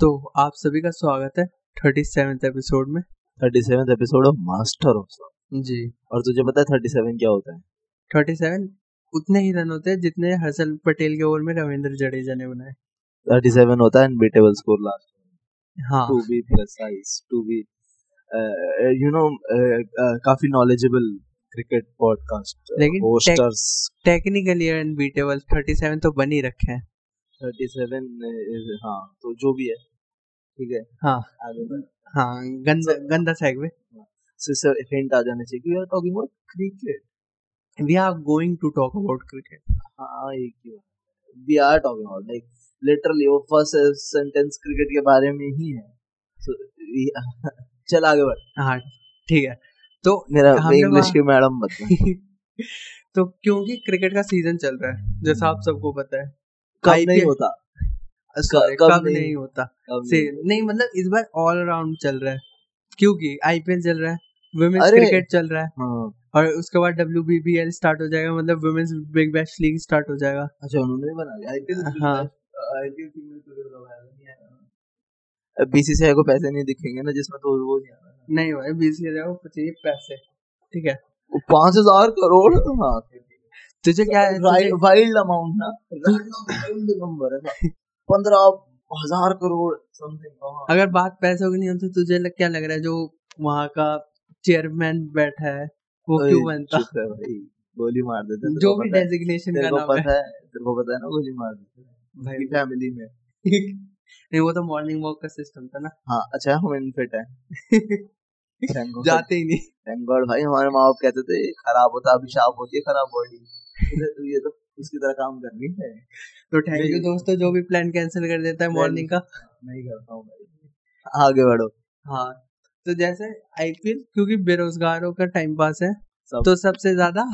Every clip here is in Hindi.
तो आप सभी का स्वागत है थर्टी सेवन्थ एपिसोड में thirty seven episode of master of song जी और तुझे पता है थर्टी सेवन क्या होता है थर्टी सेवन उतने ही रन होते हैं जितने हर्षल पटेल के ओवर में रविंद्र जडेजा ने बनाए थर्टी सेवन होता है अनबीटेबल स्कोर लास्ट हाँ to be precise to be you know uh, काफी नॉलेजेबल क्रिकेट पॉडकास्ट लेकिन hosters technically unbeatable thirty seven तो बन ही रखे हैं थर्टी सेवन हाँ तो जो भी है ठीक है हाँ। आगे बढ़ हाँ गंदा गंदा सेगवे सो इससे हिंट आ जाना चाहिए we are talking about cricket we are going to talk about cricket हाँ एक ही बात we are talking about like literally वो फर्स्ट सेंटेंस क्रिकेट के बारे में ही है सो चल आगे बढ़ हाँ ठीक है तो मेरा हमने इंग्लिश वहाँ- की मैडम मत बन। तो क्योंकि क्रिकेट का सीजन चल रहा है जैसा आप सबको पता है कब नहीं IPL होता Sorry, कब कब नहीं- नहीं होता कब से नहीं होता। नहीं मतलब इस बार ऑल अराउंड चल रहा है क्योंकि आईपीएल चल रहा है वुमेन्स अरे! क्रिकेट चल रहा है हाँ और उसके बाद डब्ल्यू स्टार्ट हो जाएगा मतलब women's big bash league start हो जाएगा अच्छा उन्होंने भी बना लिया तो आईपीएल हाँ। आईपीएल फीमेल क्रिकेट का वायदा तो नहीं आया बीसीसीआई को पैसे नहीं दिखेंगे ना जिसमें तो वो नहीं आ रहा नहीं भाई बीस हजार पच्चीस पैसे ठीक है वो पांच हजार करोड़ हाँ तुझे क्या है तुझे, वाइल्ड अमाउंट ना वाइल्ड नंबर है पंद्रह हजार करोड़ हाँ। समथिंग अगर बात पैसों की नहीं होती तुझे लग, क्या लग रहा है जो वहाँ का चेयरमैन बैठा है वो क्यों बनता भाई गोली मार देते हैं, तेरे जो को भी पता है। डेजिग्नेशन तेरे का को नाम है पता है तेरे को पता है ना गोली मार देते हैं। भाई उनकी फैमिली में नहीं वो तो मॉर्निंग वॉक का सिस्टम था ना हाँ अच्छा हम इनफिट है Thank God. जाते ही नहीं Thank God भाई हमारे माँ बाप कहते थे खराब होता अभिशाप होती है खराब बॉडी ये तो उसकी तरह काम करनी है तो थैंक यू नहीं। दोस्तों जो भी प्लान कैंसिल कर देता है Plan- मॉर्निंग का नहीं करता हूँ भाई आगे बढ़ो हाँ तो जैसे आईपीएल क्योंकि बेरोजगारों का टाइम पास है सब- तो सबसे ज्यादा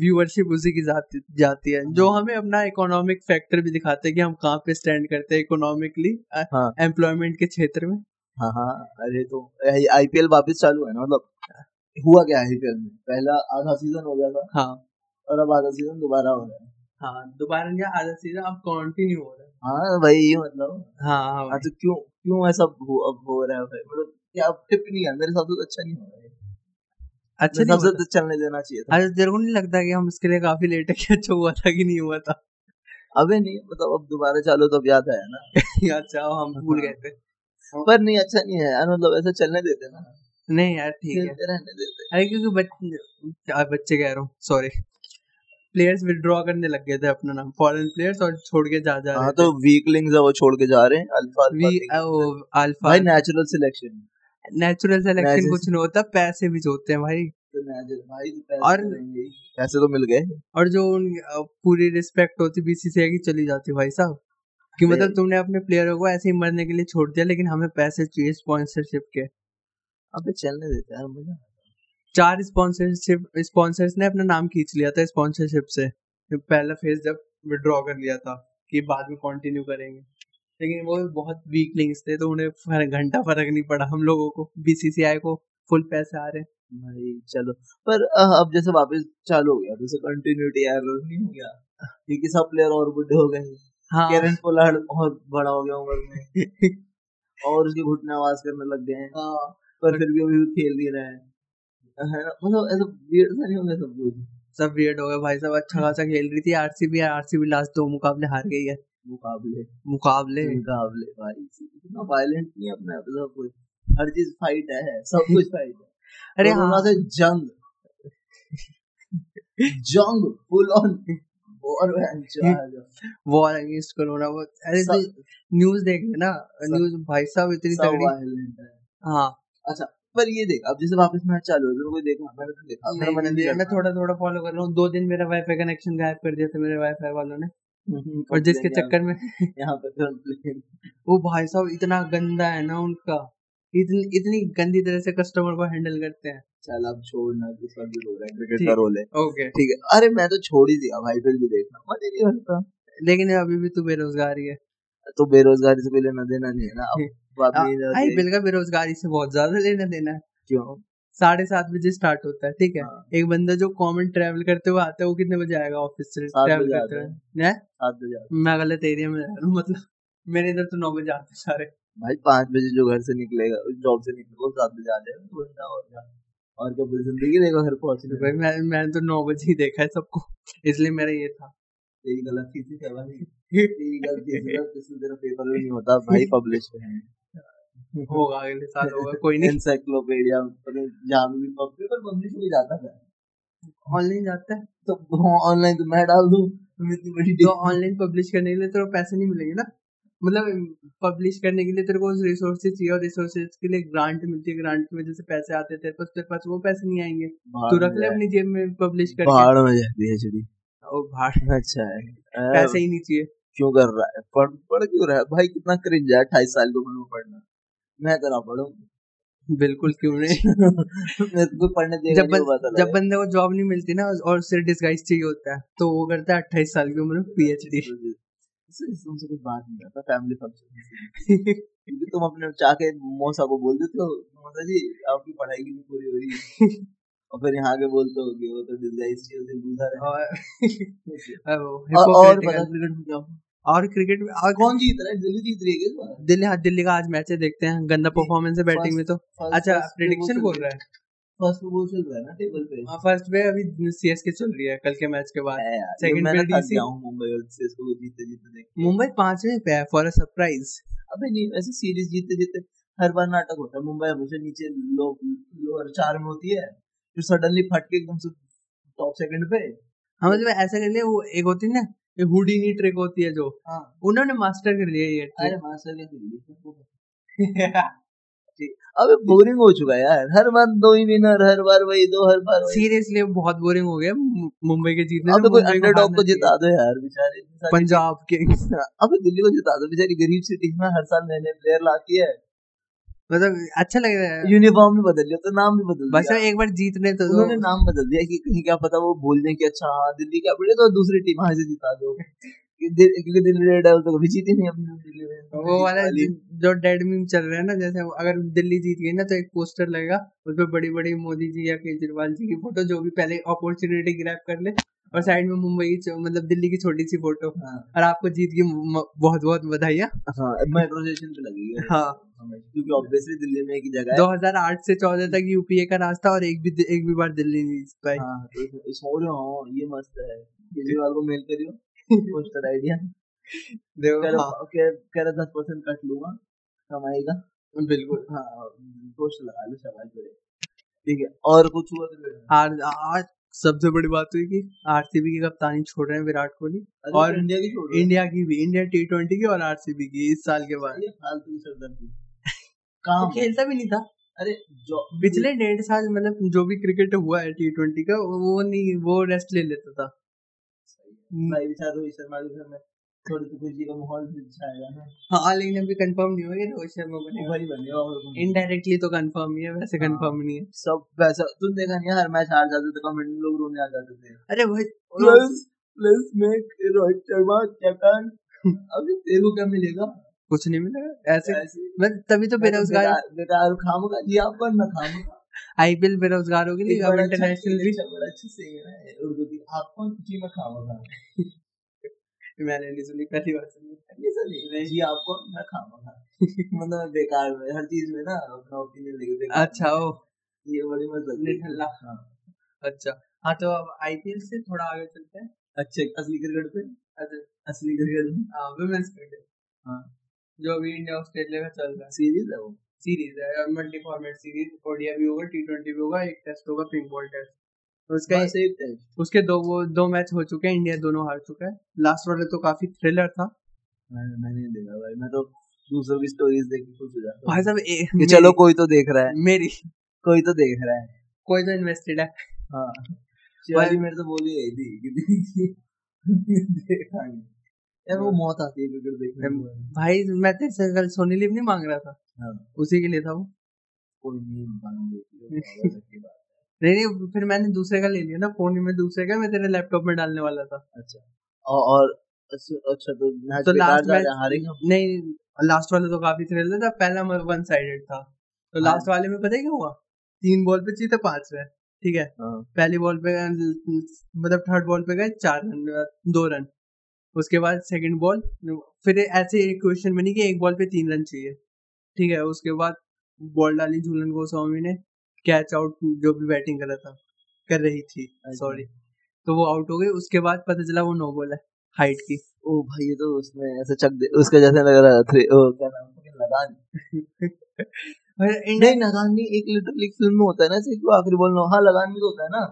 व्यूअरशिप उसी की जाती जाती है जो हमें अपना इकोनॉमिक फैक्टर भी दिखाते हैं कि हम कहाँ पे स्टैंड करते हैं इकोनॉमिकली हाँ। एम्प्लॉयमेंट के क्षेत्र में हाँ हाँ अरे तो आईपीएल वापस चालू है ना मतलब हुआ क्या आईपीएल में पहला आधा सीजन हो गया था हाँ और अब आधा सीजन दोबारा हो रहा है हाँ दोबारा नहीं आधा सीजन अब कंटिन्यू हो रहा है हाँ भाई ये मतलब हाँ हाँ हाँ भाई। तो क्यों क्यों ऐसा हो, अब हो रहा है भाई मतलब क्या अब टिप नहीं है मेरे हिसाब से तो अच्छा नहीं हो रहा है अच्छा मेरे नहीं हिसाब से होता। तो चलने देना चाहिए था अच्छा तेरे को नहीं लगता कि हम इसके लिए काफी लेट है कि अच्छा हुआ था कि नहीं हुआ था अबे नहीं मतलब अब दोबारा चालू तो अब याद आया ना अच्छा हम भूल गए थे पर नहीं अच्छा नहीं है यार मतलब ऐसा चलने देते ना नहीं यार ठीक है खेलते रहने देते अरे क्योंकि बच्चे आ, बच्चे कह रहा हूँ सॉरी प्लेयर्स विड्रॉ करने लग गए थे अपना नाम फॉरेन प्लेयर्स और छोड़ के जा जा हाँ रहे तो वीकलिंग्स है वो छोड़ के जा रहे हैं अल्फा वी अल्फा अल्फा भाई natural selection natural selection Natural- कुछ नहीं होता पैसे भी जोते हैं भाई तो natural- भाई तो पैसे और- तो रहेंगे ही। पैसे तो मिल गए और जो उन अ, पूरी रिस्पेक्ट होती बीसीसीआई की चली जाती भाई साहब कि नहीं। मतलब तुमने अपने प्लेयरों को ऐसे ही मरने के लिए छोड़ दिया लेकिन हमें पैसे चाहिए स्पॉन्सरशिप के अबे चलने देते यार मजा चार स्पॉन्सरशिप स्पॉन्सर्स ने अपना नाम खींच लिया था स्पॉन्सरशिप से पहला फेज जब विड्रॉ कर लिया था कि बाद में कंटिन्यू करेंगे लेकिन वो बहुत वीक लिंक्स थे तो उन्हें फर- घंटा फर्क नहीं पड़ा हम लोगों को बीसीसीआई को फुल पैसे आ रहे हैं भाई चलो पर अ, अब जैसे वापस चालू हो गया तो उसे कंटिन्यूटी यार नहीं हो गया क्योंकि सब प्लेयर और बुढ़े हो गए हैं। हाँ केरन पोलार्ड बहुत बड़ा हो गया उम्र में और उसके घुटने आवाज करने लग गए हैं हाँ, पर फिर भी अभी वो खेल नहीं रहा है है ना? मतलब ऐसा weird सा नहीं हो गया सब कुछ सब वियर्ड हो गया भाई साहब अच्छा खासा खेल रही थी आरसीबी आरसीबी लास्ट दो मुकाबले हार गई है मुकाबले मुकाबले हम्म। मुकाबले भाई इतना वायलेंट नहीं है अपना सब कुछ हर चीज फाइट है सब कुछ फाइट है अरे कोरोना हाँ से जंग जंग फुल ऑन और वॉर अगेंस्ट कोरोना वो अरे सब- न्यूज देख रहे ना सब- न्यूज भाई साहब इतनी सब तगड़ी वायलेंट है हाँ पर ये देख अब जैसे वापस मैच चालू है कोई देखा मैंने तो देखा नहीं, मेरा मन मैं नहीं मैं करता। थोड़ा थोड़ा फॉलो कर रहा हूँ दो दिन मेरा वाईफाई कनेक्शन गायब कर दिया था मेरे वाईफाई वालों ने हम्म, और जिसके complain चक्कर में यहाँ- यहाँ तो पर complain। वो भाई साहब इतना गंदा है ना उनका इतनी इतनी गंदी तरह से कस्टमर को हैंडल करते हैं चल अब छोड़ना दूसरा भी रो रहा है क्रिकेट ठीक। का रोल है ओके ठीक है अरे मैं तो छोड़ ही दिया भाई फिर भी देखना मन ही नहीं करता लेकिन अभी भी तू बेरोजगार ही है तो बेरोजगारी से पहले ना देना नहीं है ना अब बात नहीं रहती आईपीएल का बेरोजगारी से बहुत ज्यादा लेना देना है क्यों साढ़े सात बजे स्टार्ट होता है ठीक है हाँ। एक बंदा जो कॉमन ट्रैवल करते हुए आता है वो कितने बजे आएगा ऑफिस से सात ट्रैवल बजे करते आता हुए हैं? सात बजे आता मैं गलत एरिया में रह रहा हूँ मतलब मेरे इधर तो नौ बजे आते हैं सारे भाई पाँच बजे जो घर से निकलेगा जॉब से निकलेगा वो सात बजे आ जाएगा दो घंटा और क्या और क्या पूरी जिंदगी लेगा घर पहुंचने भाई में मैं मैंने तो नौ बजे ही देखा है सबको इसलिए मेरा ये था तेरी गलती थी क्या भाई तेरी गलती थी जब किसी तेरा पेपर भी नहीं होता भाई पब्लिश है होगा अगले साल होगा तो कोई नहीं एनसाइक्लोपीडिया जहाँ भी पेपर पब्लिश हो जाता था ऑनलाइन जाता है तो ऑनलाइन तो मैं डाल दूं तुम इतनी बड़ी तो ऑनलाइन पब्लिश करने के लिए तेरे को पैसे नहीं मिलेंगे ना मतलब पब्लिश करने के लिए तेरे को रिसोर्सेज चाहिए और रिसोर्सेज के लिए ग्रांट मिलती है ग्रांट की वजह से पैसे आते हैं तेरे पास तेरे पास वो पैसे नहीं आएंगे तू रख ले अपनी जेब में पब्लिश करके पहाड़ में जाती है चिड़ी और भाड़ अच्छा है अ, पैसे ही नहीं चाहिए क्यों कर रहा है पढ़ पढ़ क्यों रहा है भाई कितना क्रिंज है अट्ठाईस साल की उम्र में पढ़ना मैं तो ना पढ़ूं बिल्कुल क्यों नहीं मेरे को पढ़ने देगा जब नहीं बन, वो पता जब लगा बंदे को जॉब नहीं मिलती ना और सिर्फ डिस्गाइज चाहिए होता है तो वो करता है अट्ठाईस साल की उम्र में पीएचडी इससे- इससे तुमसे कुछ बात नहीं करता फैमिली फंक्शन क्योंकि तुम अपने चाके मौसा को बोल देते हो मौसा जी आपकी पढ़ाई की नहीं पूरी हो रही है और फिर यहाँ आके बोलते हो कि वो तो डिजाइस से लूजर है और अब वो और और hypocritical। पता क्रिकेट में क्या हुआ? और क्रिकेट में और कौन जीत रहा है दिल्ली जीत रही है क्या इस बार? दिल्ली हाँ दिल्ली का आज मैच है देखते हैं गंदा नहीं, परफॉर्मेंस है बैटिंग में तो first- तो अच्छा first पे वो प्रिडिक्शन चल बोल रहा है फर्स्ट पे वो चल रहा है ना टेबल पे हाँ फर्स्ट पे अभी सीएसके चल रही है कल के मैच के बाद है यार ये सेकंड मैं पे ना थक डीसी गया हूँ मुंबई और सीएसके को जीतते जीतते देख के। मुंबई पांचवें पे है फॉर अ सरप्राइज अबे नहीं ऐसे सीरीज जीतते जीतते हर बार नाटक होता है मुंबई हमेशा नीचे लो लोअर चार में होती है फिर सडनली फट के एकदम से टॉप सेकंड पे हाँ मतलब ऐसा कर लिया वो एक होती है ना ये हुडीनी ट्रिक होती है जो हाँ उन्होंने मास्टर कर लिया ये अरे मास्टर क्या खेल रही है? ट्रिक अबे बोरिंग हो चुका है यार हर बार दो ही विनर हर बार वही दो हर बार वही सीरियसली बहुत बोरिंग हो गया मु- मुंबई के जीतने से अबे तो कोई मुंबई को अंडरडॉग हारना चाहिए को जिता दो यार बेचारे इतनी सारी पंजाब किंग्स team- अबे दिल्ली को जिता दो बेचारी गरीब सी टीम है हर साल नए नए प्लेयर लाती है मतलब अच्छा लग रहा है यूनिफॉर्म भी बदल लिया तो नाम भी बदल बस दिया एक बार जीतने तो दो उन्होंने नाम बदल दिया कि कहीं क्या पता वो भूल दें कि अच्छा हाँ दिल्ली का बढ़िया तो दूसरी टीम हाँ इसे जिता दो कि दि- क्योंकि दिल्ली रेड डेविल तो कभी जीती नहीं अपनी दिल्ली में वो वाला ज- जो डेड मीम चल रहा है ना जैसे वो अगर दिल्ली जीत गई ना तो एक पोस्टर लगेगा उसमें बड़ी बड़ी मोदी जी या केजरीवाल जी की फोटो जो भी पहले अपॉर्चुनिटी ग्रैब कर ले और साइड में मुंबई की छो- मतलब दिल्ली की छोटी सी फोटो हाँ और आपको जीत की बहुत बहुत बधाई है हाँ मेट्रो स्टेशन पे लगी है हाँ। क्योंकि ऑब्वियसली दिल्ली में एक ही जगह है 2008 से 14 तक यूपीए का रास्ता और एक भी एक भी बार दिल्ली नहीं जीत पाई हाँ तो उस- उस- और हाँ ये मस्त है केजरीवाल को मेल करियो पोस्टर आइडिया कह देखो रहा हाँ कह कह रहा दस परसेंट कट लूंगा कमाई का बिल्कुल हाँ पोस्टर लगा लो शाबाश बड़े ठीक है और कुछ हुआ तो क्रिकेट में? आज आज सबसे बड़ी बात हुई कि आरसीबी की कप्तानी छोड़ रहे हैं विराट कोहली अरे तो और इंडिया की छोड़ रहे हो। इंडिया की भी इंडिया टी ट्वेंटी की और आरसीबी की इस साल के बाद ये फालतू की सरदर्दी वो काम है। खेलता भी नहीं था अरे जो हाँ। पिछले डेढ़ साल मतलब जो भी क्रिकेट हुआ है टी ट्वेंटी का वो नहीं वो रेस्ट ले लेता था भाई विचार रोहित शर्मा के घर में थोड़ी तो खुशी का माहौल भी छाएगा ना हाँ लेकिन अभी कंफर्म नहीं हुआ कि रोहित शर्मा बनेगा उभर ही बनेगा और कुछ नहीं। इनडायरेक्टली तो कंफर्म ही है वैसे हाँ। कंफर्म नहीं है सब वैसा तुम देखा नहीं है, हर मैच हार जाते थे कमेंट में लोग रोने आ जाते थे अरे तो- भाई वो- plus plus make Rohit Sharma captain अभी तेरे को क्या मिलेगा कुछ नहीं मिला ऐसे ऐसे ही। मतलब तभी तो मैं तो बेरोजगार बेकार बेकार खामोगा ये आप पर ना खामोगा आईपीएल बेरोजगार होगी एक नहीं अब बड़ा अच्छा इंटरनेशनल भी अच्छा बड़ा अच्छी सिंगर है उर्दू की आप कौन जी में खामोगा मैंने नहीं सुनी पहली बार सुनी ये सब नहीं जी आपको मैं खामोगा मतलब मैं बेकार में हर चीज में ना अपना ओपिनियन लेके बेकार अच्छा में। ओ ये बड़ी मतलब मत निठल्ला। अच्छा हाँ तो अब आईपीएल से थोड़ा आगे चलते हैं अच्छे असली क्रिकेट पे अच्छा असली क्रिकेट में वुमेन्स क्रिकेट हाँ जो अभी इंडिया ऑस्ट्रेलिया का चल रहा है सीरीज है वो सीरीज है मल्टी फॉर्मेट सीरीज ओडिया भी होगा टी ट्वेंटी भी होगा एक टेस्ट होगा पिंक बॉल टेस्ट उसका बस एक टेस्ट उसके दो वो दो मैच हो चुके हैं इंडिया दोनों हार चुका है लास्ट वाले तो काफी थ्रिलर था मैंने मैंने नहीं देखा भाई मैं तो दूसरों की स्टोरीज देख के खुश हो जाता भाई हूँ साहब ए, कि मेरी, चलो कोई तो देख रहा है मेरी कोई तो देख रहा है कोई तो इन्वेस्टेड है हाँ शिवाजी मेरे तो बोली गई थी कि देखा नहीं यार वो मौत आती है क्रिकेट देखने हम्म। में भाई मैं तेरे से कल सोनी लिव नहीं मांग रहा था हाँ उसी के लिए था वो कोई नहीं मालूम देखी बात नहीं नहीं फिर मैंने दूसरे का ले लिया ना फोन में दूसरे का मैं तेरे लैपटॉप में डालने वाला था अच्छा और और अच्छा अच्छा, तो मैच तो बेकार लास्ट जा मैच रहा है हारेंगे हम। नहीं लास्ट वाला तो काफी थ्रिलर था पहला वन साइडेड था तो हाँ। लास्ट वाले में पता है क्या हुआ तीन बॉल पे जीते पांच रन ठीक है हाँ पहली बॉल पे मतलब थर्ड बॉल पे गए चार रन दो रन उसके बाद सेकंड बॉल फिर ऐसे एक क्वेश्चन बनी कि एक बॉल पे तीन रन चाहिए ठीक है उसके बाद बॉल डाली झूलन गोस्वामी ने कैच आउट जो भी बैटिंग कर रहा था कर रही थी अच्छा। सॉरी तो वो आउट हो गई उसके बाद पता चला वो नो बॉल है हाइट की ओ भाई ये तो उसमें ऐसे चक दे उसका जैसे लग रहा था थ्री ओ क्या नाम था लगान और नहीं इंडिया लगान भी एक लिटिल एक फिल्म में होता है ना जैसे कि वो आखिरी बॉल नो हाँ लगान भी तो होता है ना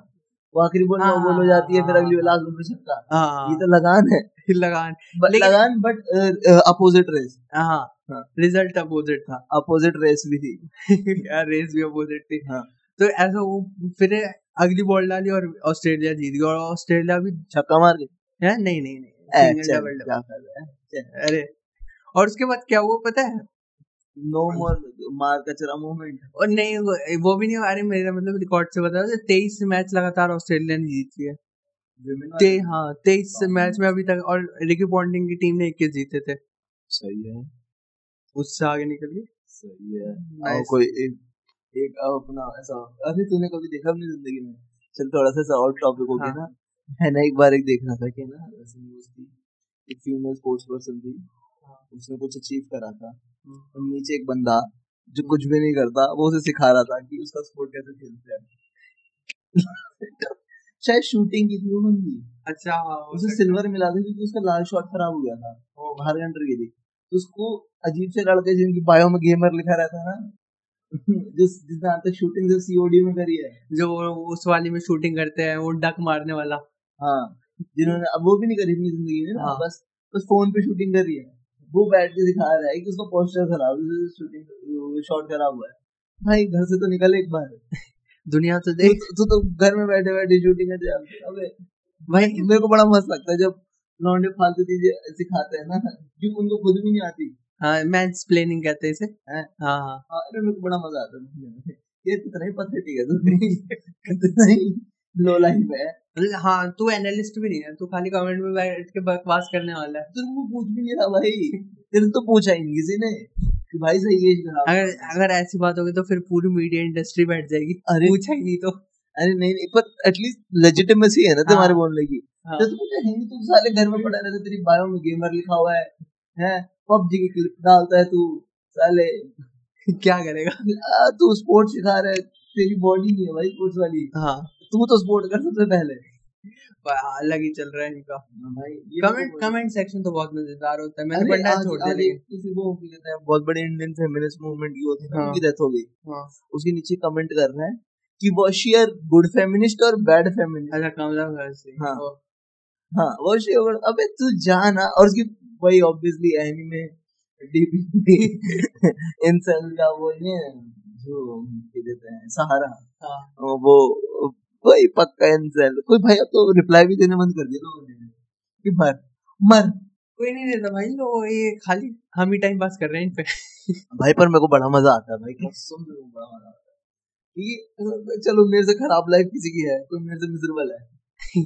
वो आखिरी बॉल नो हाँ, बॉल हो जाती है फिर हाँ, अगली हाँ। लास्ट बॉल पे छक्का ये हाँ तो लगान है लगान But लेकिन- लगान बट अपोजिट रेस हाँ हाँ। रिजल्ट अपोजिट था अपोजिट रेस भी थी यार रेस भी अपोजिट थी हाँ। तो ऐसा वो फिर अगली बॉल डाली और ऑस्ट्रेलिया जीत गया और ऑस्ट्रेलिया भी छक्का मार के है नहीं नहीं नहीं ए, सिंगल चल, डबल क्या कर रहा है चल। डबल अरे और उसके बाद क्या हुआ पता है नो मोर मार कचरा मूवमेंट और नहीं वो वो भी नहीं अरे मेरा मतलब रिकॉर्ड से बता दो तेईस मैच लगातार ऑस्ट्रेलिया ने जीत लिए विमेन ते हाँ तेईस हाँ। मैच में अभी तक और रिकी पॉन्टिंग की टीम ने इक्कीस जीते थे सही है उससे आगे निकल गई सही है और Nice. हाँ, कोई एक एक अपना ऐसा अरे तूने कभी देखा अपनी जिंदगी में चल थोड़ा सा ऐसा और टॉपिक हो गया हाँ। ना है ना एक बार एक देख रहा था कि ना ऐसी न्यूज थी एक फीमेल स्पोर्ट्स पर्सन थी हाँ। उसने कुछ अचीव करा था हम्म। और नीचे एक बंदा जो कुछ भी नहीं करता वो उसे सिखा रहा था कि उसका स्पोर्ट कैसे खेलते हैं शायद शूटिंग की थी वो बंदी अच्छा हाँ, हो उसे सकता सिल्वर मिला था क्योंकि उसका लाल शॉट खराब हो गया था Oh. वो बाहर कंट्री की थी तो उसको अजीब से लड़के जिनकी बायो में गेमर लिखा रहता है ना जिस जिसने आज तक शूटिंग सिर्फ सीओडी में करी है है। जो वो उस वाली में शूटिंग करते हैं वो डक मारने वाला हाँ जिन्होंने अब वो भी नहीं करी अपनी जिंदगी में ना हाँ। बस बस फोन पे शूटिंग करी है वो बैठ के दिखा रहा है कि उसका पोस्टर खराब है शूटिंग शॉट खराब हुआ है भाई घर से तो निकल एक बार दुनिया तो तू देख तू तो घर में बैठे बैठे शूटिंग कर जा अबे भाई मेरे को बड़ा मस्त लगता है जब लौंडे फालतू चीजें सिखाते हैं ना जो उनको खुद भी नहीं आती हाँ मैच प्लेनिंग कहते हैं इसे हैं? हाँ हाँ हाँ, अरे मेरे को बड़ा मजा आता है घूमने में। ये कितना ही pathetic है तू कितना ही लो लाइफ है मतलब हाँ तू एनालिस्ट भी नहीं है तू खाली कमेंट में बैठ के बकवास करने वाला है तेरे को पूछ भी नहीं रहा भाई तेरे से तो पूछा ही नहीं किसी ने कि भाई सही है इसका नाम। अगर अगर ऐसी बात होगी तो फिर पूरी मीडिया इंडस्ट्री बैठ जाएगी अरे पूछा ही नहीं तो अरे नहीं नहीं पर एटलीस्ट लेजिटिमेसी है ना तुम्हारे हाँ। बोलने की हाँ। तो तुमको है नहीं तुम साले घर में पड़ा रहता तेरी बायो में गेमर लिखा हुआ है हैं पबजी की क्लिप डालता है तू साले क्या करेगा आ, तू स्पोर्ट्स सिखा रहा है तेरी बॉडी नहीं है भाई स्पोर्ट्स वाली हाँ तू तो स्पोर्ट कर सबसे पहले हाँ, अलग ही चल रहा है इनका भाई ये मेरे कमेंट को बड़ा- कमेंट सेक्शन तो बहुत मजेदार होता है मैंने अरे पढ़ना आज छोड़ दिया आज एक लेकिन किसी वो की कहते हैं बहुत बड़े इंडियन फेमिनिस्ट मूवमेंट की होती है हाँ। उनकी डेथ हो गई हाँ। उसके नीचे कमेंट कर रहे हैं कि वो शेयर गुड फेमिनिस्ट और बैड फेमिनिस्ट अच्छा कमला भाई हाँ। हाँ वो शेयर अबे तू जा ना और उसकी वही ऑब्वियसली एनिमे डीपी इंसेल का वो ये जो क्या कहते हैं सहारा हाँ वो वही पक्का इंसेल कोई भाई अब तो रिप्लाई भी देना बंद कर दिया लोगों ने कि मर मर कोई नहीं देता भाई लोग ये खाली हम ही टाइम पास कर रहे हैं इन पे भाई पर मेरे को बड़ा मजा आता है भाई कसम से मेरे को बड़ा मजा आता है कि चलो मेरे से खराब लाइफ किसी की है कोई मेरे से मिजरेबल है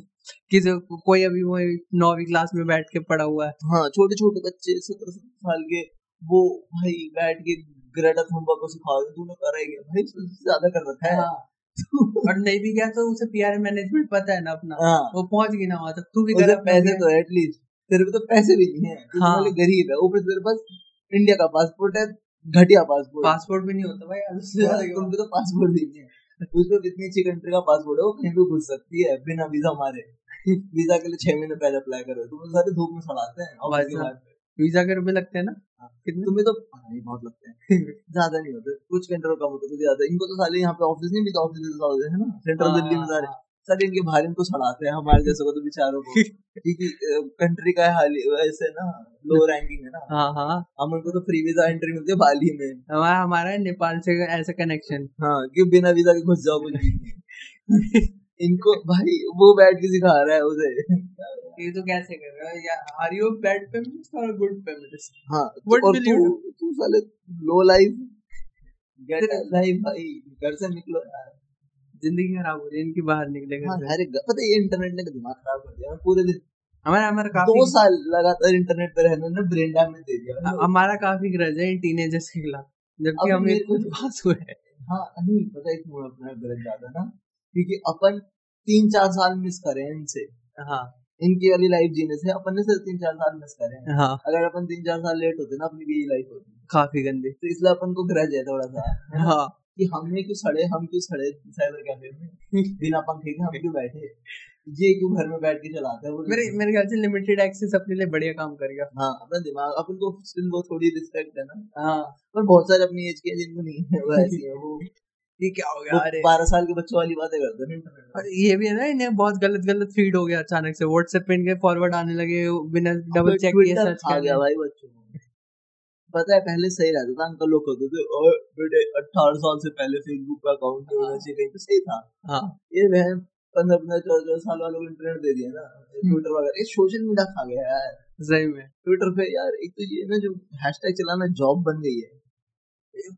किसी को- कोई अभी वो नौवीं क्लास में बैठ के पढ़ा हुआ है हाँ छोटे छोटे बच्चे सत्रह सत्रह साल के वो भाई बैठ के ग्रेटा थम्बा को सिखा रहे तूने करा ही क्या भाई उससे ज्यादा कर रखा है और नहीं भी गया तो उसे पीआर मैनेजमेंट पता है ना अपना हाँ वो पहुंच गई ना वहां तक तू भी कर उसे अपना पैसे भी तो है एटलीस्ट तेरे पे तो पैसे भी नहीं है तू हाँ। साले गरीब है ऊपर से तेरे पास इंडिया का पासपोर्ट है घटिया पासपोर्ट पासपोर्ट भी नहीं होता भाई उससे ज्यादा क्या तुम पे तो पासपोर्ट भी नहीं है उस पर इतनी अच्छी कंट्री का पासपोर्ट है वो कहीं भी घुस सकती है बिना वीजा मारे वीजा के लिए छह महीने पहले अप्लाई करो तुम तो सारे धूप में सड़ाते हैं और उसके भाई बाद साहब, वीजा के रुपए लगते हैं ना हाँ। कितने तुम्हें तो पता नहीं बहुत लगते हैं ज्यादा नहीं होते कुछ कंट्रोल कम होते तो ज्यादा इनको तो साले यहाँ पे ऑफिस नहीं भी तो ऑफिस है ना सेंट्रल हाँ, दिल्ली में सारे हाँ, साले इनके बाहर इनको सड़ाते हैं हमारे जैसे को तो बेचारों को क्योंकि कंट्री का हाल ही- ऐसे ना लो रैंकिंग है ना हाँ हाँ हम उनको तो फ्री वीजा एंट्री मिलती है बाली में हमारा हमारा है नेपाल से ऐसा कनेक्शन हाँ कि बिना वीजा के घुस जाओ कुछ भी नहीं। इनको भाई वो बैठ के सिखा रहा है उसे ये तो कैसे कर रहा है यार आर यू बैड फेमिनिस्ट और गुड फेमिनिस्ट हाँ What तो- और will तू you तू साले लो लाइफ गेट लाइफ भाई घर से निकलो यार हाँ। जिंदगी खराब हो रही है इनकी बाहर निकले हाँ घर से यार एक- पता है ये इंटरनेट ने दिमाग खराब कर दिया पूरे दिन हमारा हमारा दो काफी साल लगातार इंटरनेट पर रहने ने ब्रेन डैमेज दे दिया ह- हमारा काफी ग्रज है इन टीनेजर्स के खिलाफ जबकि अब हमें मेरे को खुद पास हुए हैं हाँ नहीं पता है क्यों अपना ग्रज ज्यादा ना क्योंकि अपन तीन चार साल मिस करें इनसे हाँ इनकी वाली लाइफ जीने से अपन ने सिर्फ तीन चार साल मिस करे हैं हाँ अगर अपन तीन चार साल लेट होते ना अपनी भी यही लाइफ होती काफी गंदी तो इसलिए अपन को ग्रज है थोड़ा सा है ना? हाँ कि हमने क्यों सड़े हम क्यों सड़े साइबर कैफे में बिना पंखे के हम क्यों बैठे ये क्यों घर में बैठ के चलाते हैं वो मेरे मेरे ख्याल से लिमिटेड एक्सेस अपने लिए बढ़िया काम करेगा हाँ अपना दिमाग अपन को स्टिल वो थोड़ी रिस्पेक्ट है ना हाँ पर बहुत सारे अपनी एज के हैं जिनको नहीं है वो ऐसी है वो ये क्या हो गया अरे वो बारह साल के बच्चों वाली बातें करते हैं इंटरनेट और ये भी है ना इन्हें बहुत गलत गलत फीड हो गया अचानक से व्हाट्सएप पे इनके फॉरवर्ड आने लगे बिना हाँ, डबल चेक किए ट्विटर सर्च खा कर गया भाई बच्चों को। पता है पहले सही रहता था अंकल लोग कहते थे और बेटे अट्ठारह साल से पहले फेसबुक का अकाउंट नहीं होना चाहिए कहीं पे सही था हाँ ये वह पंद्रह पंद्रह चौदह चौदह साल वालों को इंटरनेट दे दिया ना हम्म। ट्विटर वगैरह ये सोशल मीडिया खा गया यार सही में ट्विटर पे यार एक तो ये ना जो हैशटैग चलाना जॉब बन गई है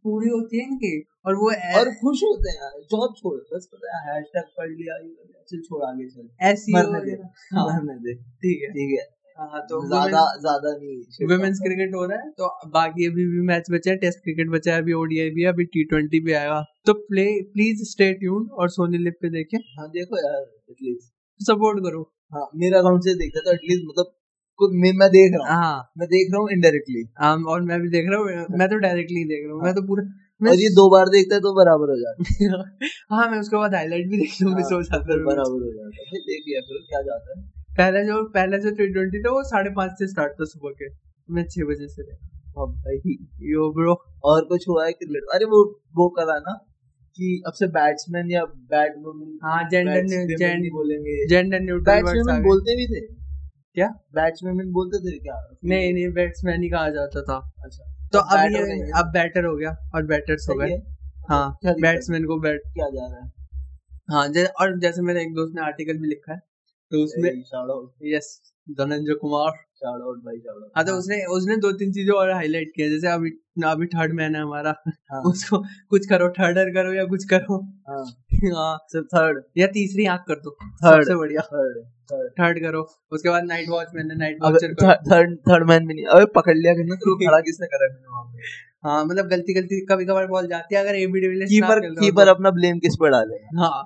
पूरी होती है इनकी और वो और खुश होते हैं यार जॉब छोड़ बस पता है हैशटैग पढ़ लिया ये कर लिया, चल छोड़ आगे चल ऐसी मरने दे हाँ। मरने दे ठीक है ठीक है हाँ तो ज्यादा ज्यादा नहीं shit वुमेन्स करता। क्रिकेट हो रहा है तो बाकी अभी भी मैच बचे हैं टेस्ट क्रिकेट बचा है अभी ओडीआई भी है अभी टी ट्वेंटी भी आएगा तो प्ले प्लीज स्टे ट्यून और सोनी लिप पे देखें हाँ देखो यार एटलीस्ट सपोर्ट करो हाँ मेरा अकाउंट से देखता तो एटलीस्ट मतलब खुद मैं मैं देख रहा हूँ हाँ मैं देख रहा हूँ इनडायरेक्टली हम और मैं भी देख रहा हूँ मैं तो डायरेक्टली देख रहा हूँ मैं तो पूरा मैं और ये दो बार देखता है तो बराबर हो जाता है हाँ मैं उसके बाद हाईलाइट भी देख लूंगी हाँ, सो जाता फिर हूँ मैं। बराबर हो जाता है फिर देख लिया करो क्या जाता है पहला जो पहला जो टी ट्वेंटी था वो साढ़े पाँच से स्टार्ट था सुबह के मैं छह बजे से देखा। अब हाँ, भाई यो ब्रो और कुछ हुआ है क्रिकेट अरे वो वो करा ना कि अब से बैट्समैन या बैट वुमेन हाँ जेंडर न्यू- जेंड- नहीं बोलेंगे जेंडर न्यूट्रल वर्ड्स आ बैट्समैन गए बोलते भी थे क्या बैट्समैन बोलते थे क्या नहीं नहीं बैट्समैन ही कहा जाता था अच्छा तो अब bat ये हो गए हैं। अब बैटर हो गया और बैटर्स हो सही गए है हाँ तो क्या दिक्कत है? बैट्समैन को बैट क्या जा रहा है हाँ जै, और जैसे मेरे एक दोस्त ने आर्टिकल भी लिखा है तो उसमें shout out yes Dhananjay Kumar shout out भाई शाउट हाँ तो उसने उसने दो तीन चीजें और हाईलाइट किया जैसे अभी अभी थर्ड मैन है हमारा हाँ। उसको कुछ करो थर्डर करो या कुछ करो हाँ हाँ सिर्फ थर्ड या तीसरी आंख कर दो थर्ड सबसे बढ़िया थर्ड थर्ड थर्ड करो उसके बाद नाइट वॉचमैन है नाइट अब वॉचर करो थर्ड थर्ड मैन भी नहीं अबे पकड़ लिया करना तो खड़ा किसने करा मैंने वहां पे हाँ मतलब गलती गलती कभी कभार बॉल जाती है अगर एबी डिविलियर्स ना कीपर खेल रहा हो कीपर तो- अपना ब्लेम किस पर डालेगा हाँ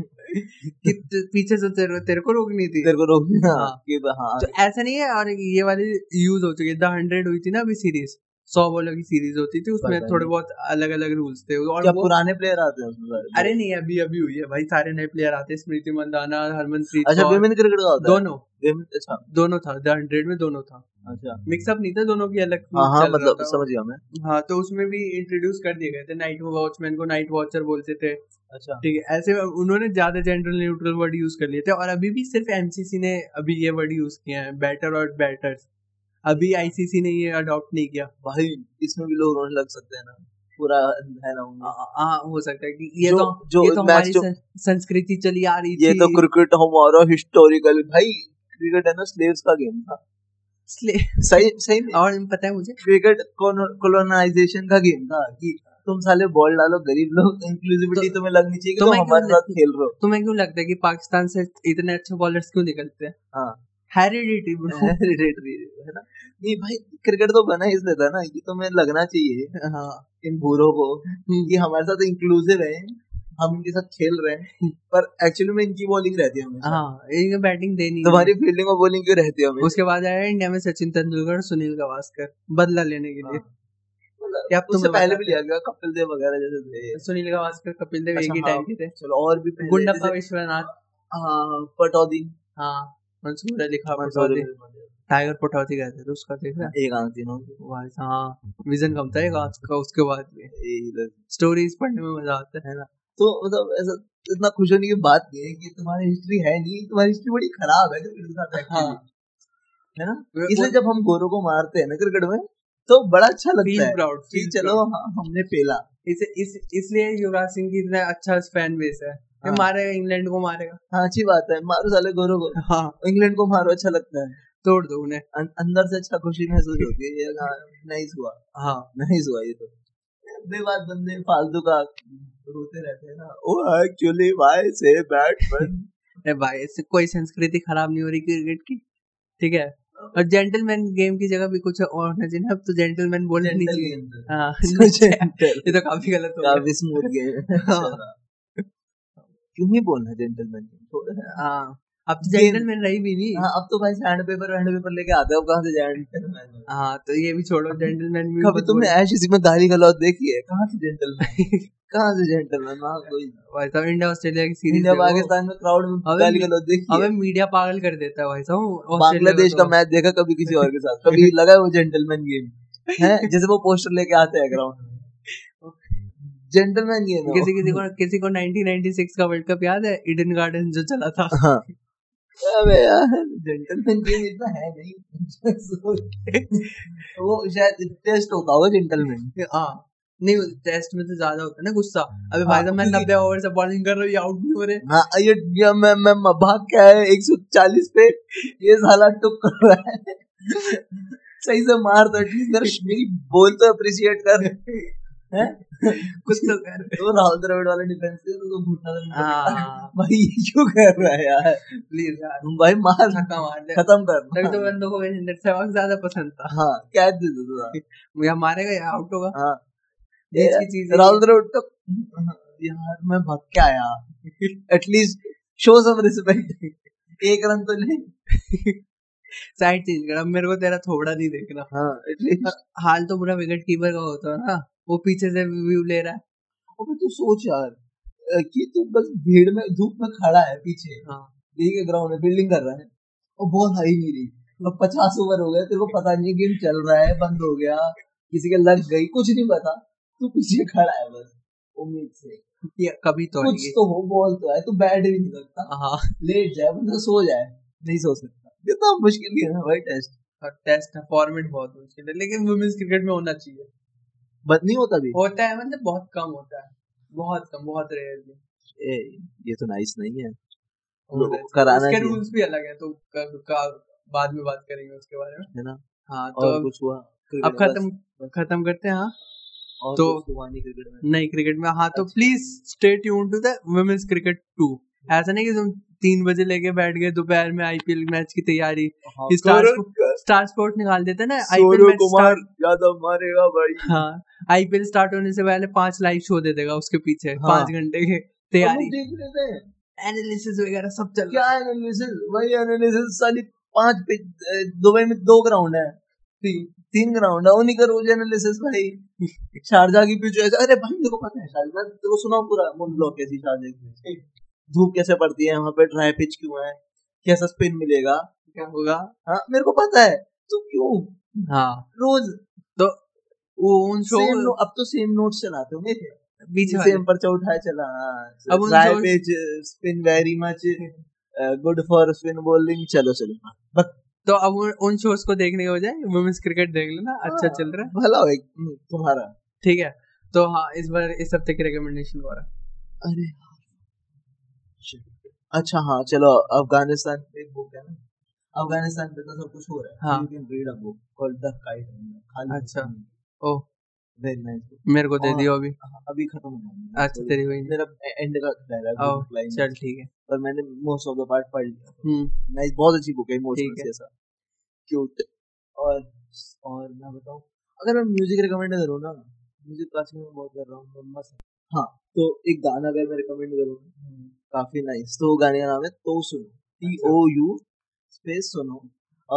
कि ते- पीछे से तेरे, तेरे को रोकनी थी तेरे को रोक हाँ हाँ। कीपर हाँ तो ऐसा नहीं है और ये वाली यूज हो चुकी है द हंड्रेड हुई थी ना अभी सीरीज सौ बॉलों की सीरीज होती थी उसमें पता थोड़े नहीं। बहुत अलग अलग रूल्स थे और क्या वो पुराने प्लेयर आते हैं उसमें सारे? अरे नहीं अभी अभी हुई है भाई सारे नए प्लेयर आते हैं स्मृति मंदाना हरमनप्रीत अच्छा कौर विमेन क्रिकेट का होता है दोनों Women- अच्छा दोनों था द हंड्रेड में दोनों था अच्छा मिक्सअप नहीं था दोनों की अलग हाँ हाँ चल रहा मतलब था समझ गया मैं हाँ तो उसमें भी इंट्रोड्यूस कर दिए गए थे नाइट वॉचमैन को नाइट वॉचर बोलते थे अच्छा ठीक है ऐसे उन्होंने ज्यादा जनरल न्यूट्रल वर्ड यूज कर लिए थे और अभी भी सिर्फ एमसीसी ने अभी ये वर्ड यूज किया है बैटर और बैटर्स अभी आईसीसी ने ये अडॉप्ट नहीं किया भाई इसमें भी लोग रोने लग सकते हैं ना पूरा है ना आ- उनमें। आ- हाँ हो सकता है कि ये जो- तो जो ये तो match हमारी जो- सं- संस्कृति चली आ रही ये थी तो क्रिकेट हमारा हिस्टोरिकल भाई क्रिकेट है ना स्लेव्स का गेम था इसलिए- सही सही में और पता है मुझे क्रिकेट कॉलोनाइजेशन का गेम था कि तुम साले बॉल डालो गरीब लोग इंक्लूसिविटी तो- तुम्हें लगनी चाहिए कि तुम तुम्हें क्यों हमारे साथ लग- खेल रहे हो तुम्हें क्यों लगता है कि पाकिस्तान से इतने अच्छे बॉलर्स क्यों निकलते हैं हाँ हेरिडिटी hereditary है ना नहीं भाई क्रिकेट तो बना इसलिए था ना कि तुम्हें लगना चाहिए हाँ इन बूढ़ों को हम्म, कि हमारे साथ इंक्लूसिव है हम इनके साथ खेल रहे हैं पर एक्चुअली में इनकी बॉलिंग रहती है हमेशा हम्म। हाँ इनको बैटिंग देनी नहीं है। तुम्हारी फील्डिंग और बॉलिंग क्यों रहती है हमेशा उसके बाद आया इंडिया में सचिन तेंदुलकर और सुनील गावस्कर बदला लेने के लिए हाँ। मतलब क्या आप उससे तुम्हें पहले भी बताते लिया गया कपिल देव वगैरह जैसे थे सुनील गावस्कर कपिल देव अच्छा, एक ही हाँ। टाइम के थे चलो और भी पहले गुंडप्पा जैसे, विश्वनाथ हाँ, पटौदी हाँ मंसूर अली खान मंसूर पटौदी अली- टाइगर पटौदी कहते थे उसका देख रहा एक आंख तीनों की। है हाँ विजन कम था एक आज का उसके बाद भी यही लग- स्टोरीज पढ़ने में मजा आता है है ना तो मतलब ऐसा इतना खुश होने की बात नहीं है कि तुम्हारी हिस्ट्री है नहीं तुम्हारी हिस्ट्री बड़ी खराब है क्रिकेट के साथ हाँ actually, है ना वो- इसलिए वो- जब हम गोरों को मारते हैं ना क्रिकेट में तो बड़ा अच्छा लगता फील है प्राउड कि फील चलो हाँ, हमने पेला इस, इस इसलिए युवराज सिंह की इतना अच्छा फैन बेस है ये हाँ। मारेगा इंग्लैंड को मारेगा हाँ अच्छी बात है मारो साले गोरों को हाँ इंग्लैंड को मारो अच्छा लगता है तोड़ दो उन्हें अं- अंदर से अच्छा खुशी महसूस होती है ये नाइस हुआ हाँ नाइस हुआ ये तो बेबात बंदे फालतू का रोते रहते हैं ना ओ एक्चुअली वाई से बैटमैन अरे भाई इससे कोई संस्कृति खराब नहीं हो रही क्रिकेट की ठीक है और जेंटलमैन गेम की जगह भी कुछ और होना चाहिए ना, अब तो जेंटलमैन बोलना नहीं चाहिए हाँ जेंटल गेम तो ये जेंटल तो काफी गलत हो गया काफी स्मूथ गेम हाँ। क्यों ही बोलना जेंटलमैन गेम छोड़ हाँ अब तो जनरल मैन रही भी नहीं हाँ अब तो भाई सैंड पेपर वैंड पेपर लेके आते हो कहाँ से जेंटलमैन हाँ तो ये भी छोड़ो जेंटल मैन भी कभी बहुत तुमने बुरी- ऐश इसमें दाढ़ी का लॉज देखी है कहाँ से जेंटलमैन कहाँ से जेंटलमैन वहाँ कोई भाई साहब इंडिया ऑस्ट्रेलिया की सीरीज इंडिया पाकिस्तान में क्राउड में अबे गाली गलौज देखी हमें है मीडिया पागल कर देता है भाई साहब ऑस्ट्रेलिया बांग्लादेश को का तो। मैच देखा कभी किसी और के साथ कभी लगा है वो जेंटलमैन गेम है जैसे वो पोस्टर लेके आते हैं ग्राउंड में जेंटलमैन गेम है किसी वो। किसी को किसी को 1996 का वर्ल्ड कप याद है इडन गार्डन जो चला था हाँ अबे यार जेंटलमैन गेम इतना तो है नहीं वो शायद टेस्ट होता होगा जेंटलमैन हाँ नहीं टेस्ट में तो ज्यादा होता है ना गुस्सा अबे भाई हाँ, साहब मैं क्योंकि- नब्बे ओवर से बॉलिंग कर रहा हूँ ये आउट नहीं हो रहे हाँ ये ये मैं मैं मैं भाग के आया एक सौ चालीस पे ये साला टुक कर रहा है सही से मार दो एटलीस्ट मेरा मेरी बॉल तो अप्रिशिएट कर हैं कुछ तो कर वो राहुल द्रविड़ वाला डिफेंस है तो घुटना हाँ। दर्द भाई ये क्यों कर रहा है यार प्लीज यार भाई मार धक्का मार दे खत्म तभी तो कर बंदों को महेंद्र सहवाग ज्यादा पसंद था हाँ क्या दे दो थोड़ा। या मारेगा या आउट होगा हाँ बीच की चीज है राहुल ये। द्रविड़ तो यार मैं भाग के आया एटलीस्ट शो सम रिस्पेक्ट एक रन तो ले साइड चेंज कर अब मेरे को तेरा थोड़ा नहीं देखना हाँ एटलीस्ट हाल तो पूरा विकेट कीपर का होता है ना वो पीछे से व्यू ले रहा है अबे तू सोच यार अ, कि तू बस भीड़ में धूप में खड़ा है पीछे हाँ ठीक है ग्राउंड में फील्डिंग कर रहा है और बॉल आई नहीं रही अब पचास ओवर हो गए तेरे को पता नहीं गेम चल रहा है बंद हो गया किसी के लग गई कुछ नहीं पता तू पीछे खड़ा है बस उम्मीद से ये कभी तो कुछ आएगी तो हो बॉल तो है तू बैठ भी नहीं सकता हाँ लेट जाए बंदा सो जाए नहीं सो सकता कितना मुश्किल गेम है भाई टेस्ट और टेस्ट का फॉर्मेट बहुत मुश्किल है लेकिन वुमेन्स क्रिकेट में होना चाहिए बंद नहीं होता भी होता है मतलब बहुत कम होता है बहुत कम बहुत रेयरली ए, ये तो नाइस नहीं है लोगों को कराना उसके चाहिए। रूल्स भी अलग है तो क- का- बाद में बात करेंगे उसके बारे में है ना हाँ तो और अब- कुछ हुआ अब क्रिकेट में? बस, खत्म खत्म करते हैं हाँ और तो- कुछ तो हुआ नहीं क्रिकेट में नहीं क्रिकेट में हाँ तो अच्छा। Please stay tune to the women's cricket to ऐसा नहीं कि तुम तीन बजे लेके बैठ गए दोपहर में आईपीएल मैच की तैयारी हाँ, स्टार करण का स्टार स्पोर्ट निकाल देते हैं ना IPL Surya match Kumar start Yadav मारेगा भाई हाँ आईपीएल स्टार्ट होने से पहले पांच लाइव शो दे देगा उसके पीछे हाँ। पांच घंटे के हम लोग तैयारी देख लेते हैं एनालिसिस वगैरह सब चल क्या रहा एनालिसिस भाई एनालिसिस साली पांच पे अ, दुबई में दो ग्राउंड है तीन तीन ग्राउंड है उन्हीं का रोज एनालिसिस भाई शारजा की पिच ऐसे अरे भाई देखो पता है शारजा देखो सुना पूरा मुन ब्लॉक कैसी शारजा की पिच धूप कैसे पड़ती है वहां पे ड्राई पिच क्यों है कैसा स्पिन मिलेगा है क्या होगा हाँ मेरे को पता है तो क्यों हाँ रोज तो वो उन सेम शो अब तो सेम नोट्स चलाते होंगे पीछे वाले सेम पर्चा उठाए चला हाँ, अब उन राय shows- page spin very much good for spin bowling चलो चलो हाँ, बस तो अब उन- उन शोज को देखने के बजाय वुमेन्स क्रिकेट देख लेना अच्छा हाँ, चल रहा है भला हो एक हम्म, तुम्हारा ठीक है तो हाँ इस बार इस हफ्ते की रिकमेंडेशन हो रहा अरे यार, shit. अच्छा हाँ चलो अफगानिस्तान पे एक बुक है ना अफगानिस्तान पे तो सब कुछ हो रहा है हाँ। You can read a book called the kite खाली अच्छा। ओ वेरी नाइस बुक मेरे को दे और- दियो अभी हाँ, अभी खत्म हो जाना है। अच्छा तेरी हुई नहीं। मेरा एंड का डायलॉग ओ, लाइन चल ठीक है पर मैंने मोस्ट ऑफ द पार्ट पढ़ लिया हम्म नाइस बहुत अच्छी बुक है ठीक इमोशनल है। जैसा क्यूट और और मैं बताऊं अगर मैं म्यूजिक रिकमेंड करूँ ना म्यूजिक क्लासिक में बहुत कर रहा हूँ मम्मा से हाँ तो एक गाना अगर मैं रिकमेंड करूँ काफी नाइस तो वो गाने का नाम है तो सुनो टी अच्छा। ओ यू स्पेस सुनो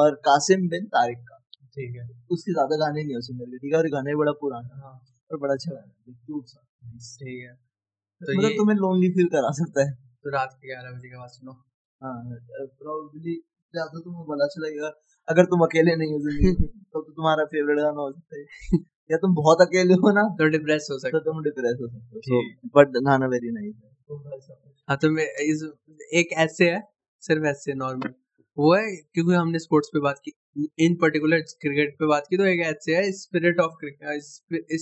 और कासिम बिन तारिक का ठीक है उसके ज्यादा गाने नहीं है उसमें मेरे लिए, ठीक है और ये गाना भी बड़ा पुराना है हाँ और बड़ा अच्छा गाना है क्यूट सा nice। ठीक है तो मतलब ये- तुम्हें लोनली फील करा सकता है तो रात के ग्यारह बजे के बाद सुनो प्रोबेबली हाँ, ज्यादा तुम्हें भला अच्छा लगेगा अगर तुम अकेले नहीं हो जिंदगी में, तो, तो तुम्हारा फेवरेट गाना हो सकता है या तुम बहुत अकेले हो ना तो डिप्रेस हो तो सकता तुम डिप्रेस हो सकते हो ठीक। बट गाना वेरी नाइस है हाँ तो मैं इस एक ऐसे है सिर्फ ऐसे नॉर्मल वो है क्योंकि हमने स्पोर्ट्स पे बात की इन पर्टिकुलर क्रिकेट पे बात की तो एक ऐसे है spirit of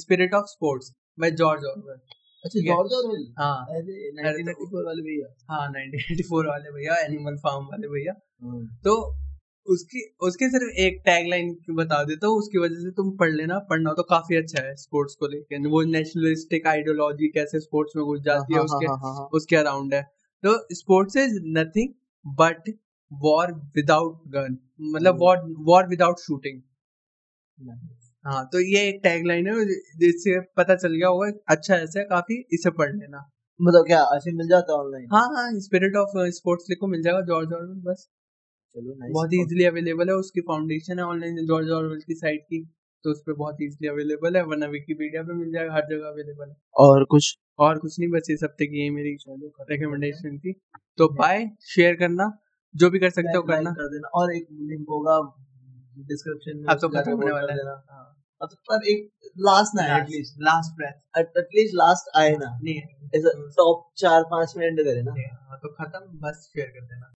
spirit of sports by George Orwell अच्छा ठीक है। जॉर्ज ऑरवेल हाँ अरे 1994 वाले भैया हाँ 1984 वाले भैया एनिमल फार्म वाले भैया हम्म, तो उसकी उसके सिर्फ एक टैगलाइन बता देता हूँ उसकी वजह से तुम पढ़ लेना पढ़ना तो काफी अच्छा है स्पोर्ट्स को लेकर वो नेशनलिस्टिक आइडियोलॉजी कैसे स्पोर्ट्स में घुस जाती है हाँ, हाँ, उसके हाँ, हाँ, हाँ। उसके अराउंड है तो sports is nothing but war without gun मतलब हम्म। War war without shooting Nice. हाँ तो ये एक टैगलाइन है जिससे पता चल गया होगा अच्छा ऐसा है काफी इसे पढ़ लेना मतलब क्या ऐसे मिल जाता है ऑनलाइन हाँ हाँ स्पिरिट ऑफ स्पोर्ट्स लिखो मिल जाएगा जॉर्ज ऑरवेल बस चलो nice. हाँ। बहुत ही इजीली अवेलेबल है उसकी फाउंडेशन है ऑनलाइन जॉर्ज ऑरवेल की साइट की तो उस पर बहुत इजीली अवेलेबल है वरना विकीपीडिया पे मिल जाएगा हर जगह अवेलेबल है और कुछ और कुछ नहीं बस इस हफ्ते की यही मेरी रिकमेंडेशन थी तो बाय शेयर करना जो भी कर सकते हो Like- like करना कर देना और एक लिंक होगा डिस्क्रिप्शन में अब तो उसको खत्म होने download कर वाला है देना। अब तो पर एक लास्ट ना आए at least last breath at least last आए ना नहीं है टॉप चार पाँच मिनट करे ना नहीं है। हाँ, तो खत्म बस शेयर कर देना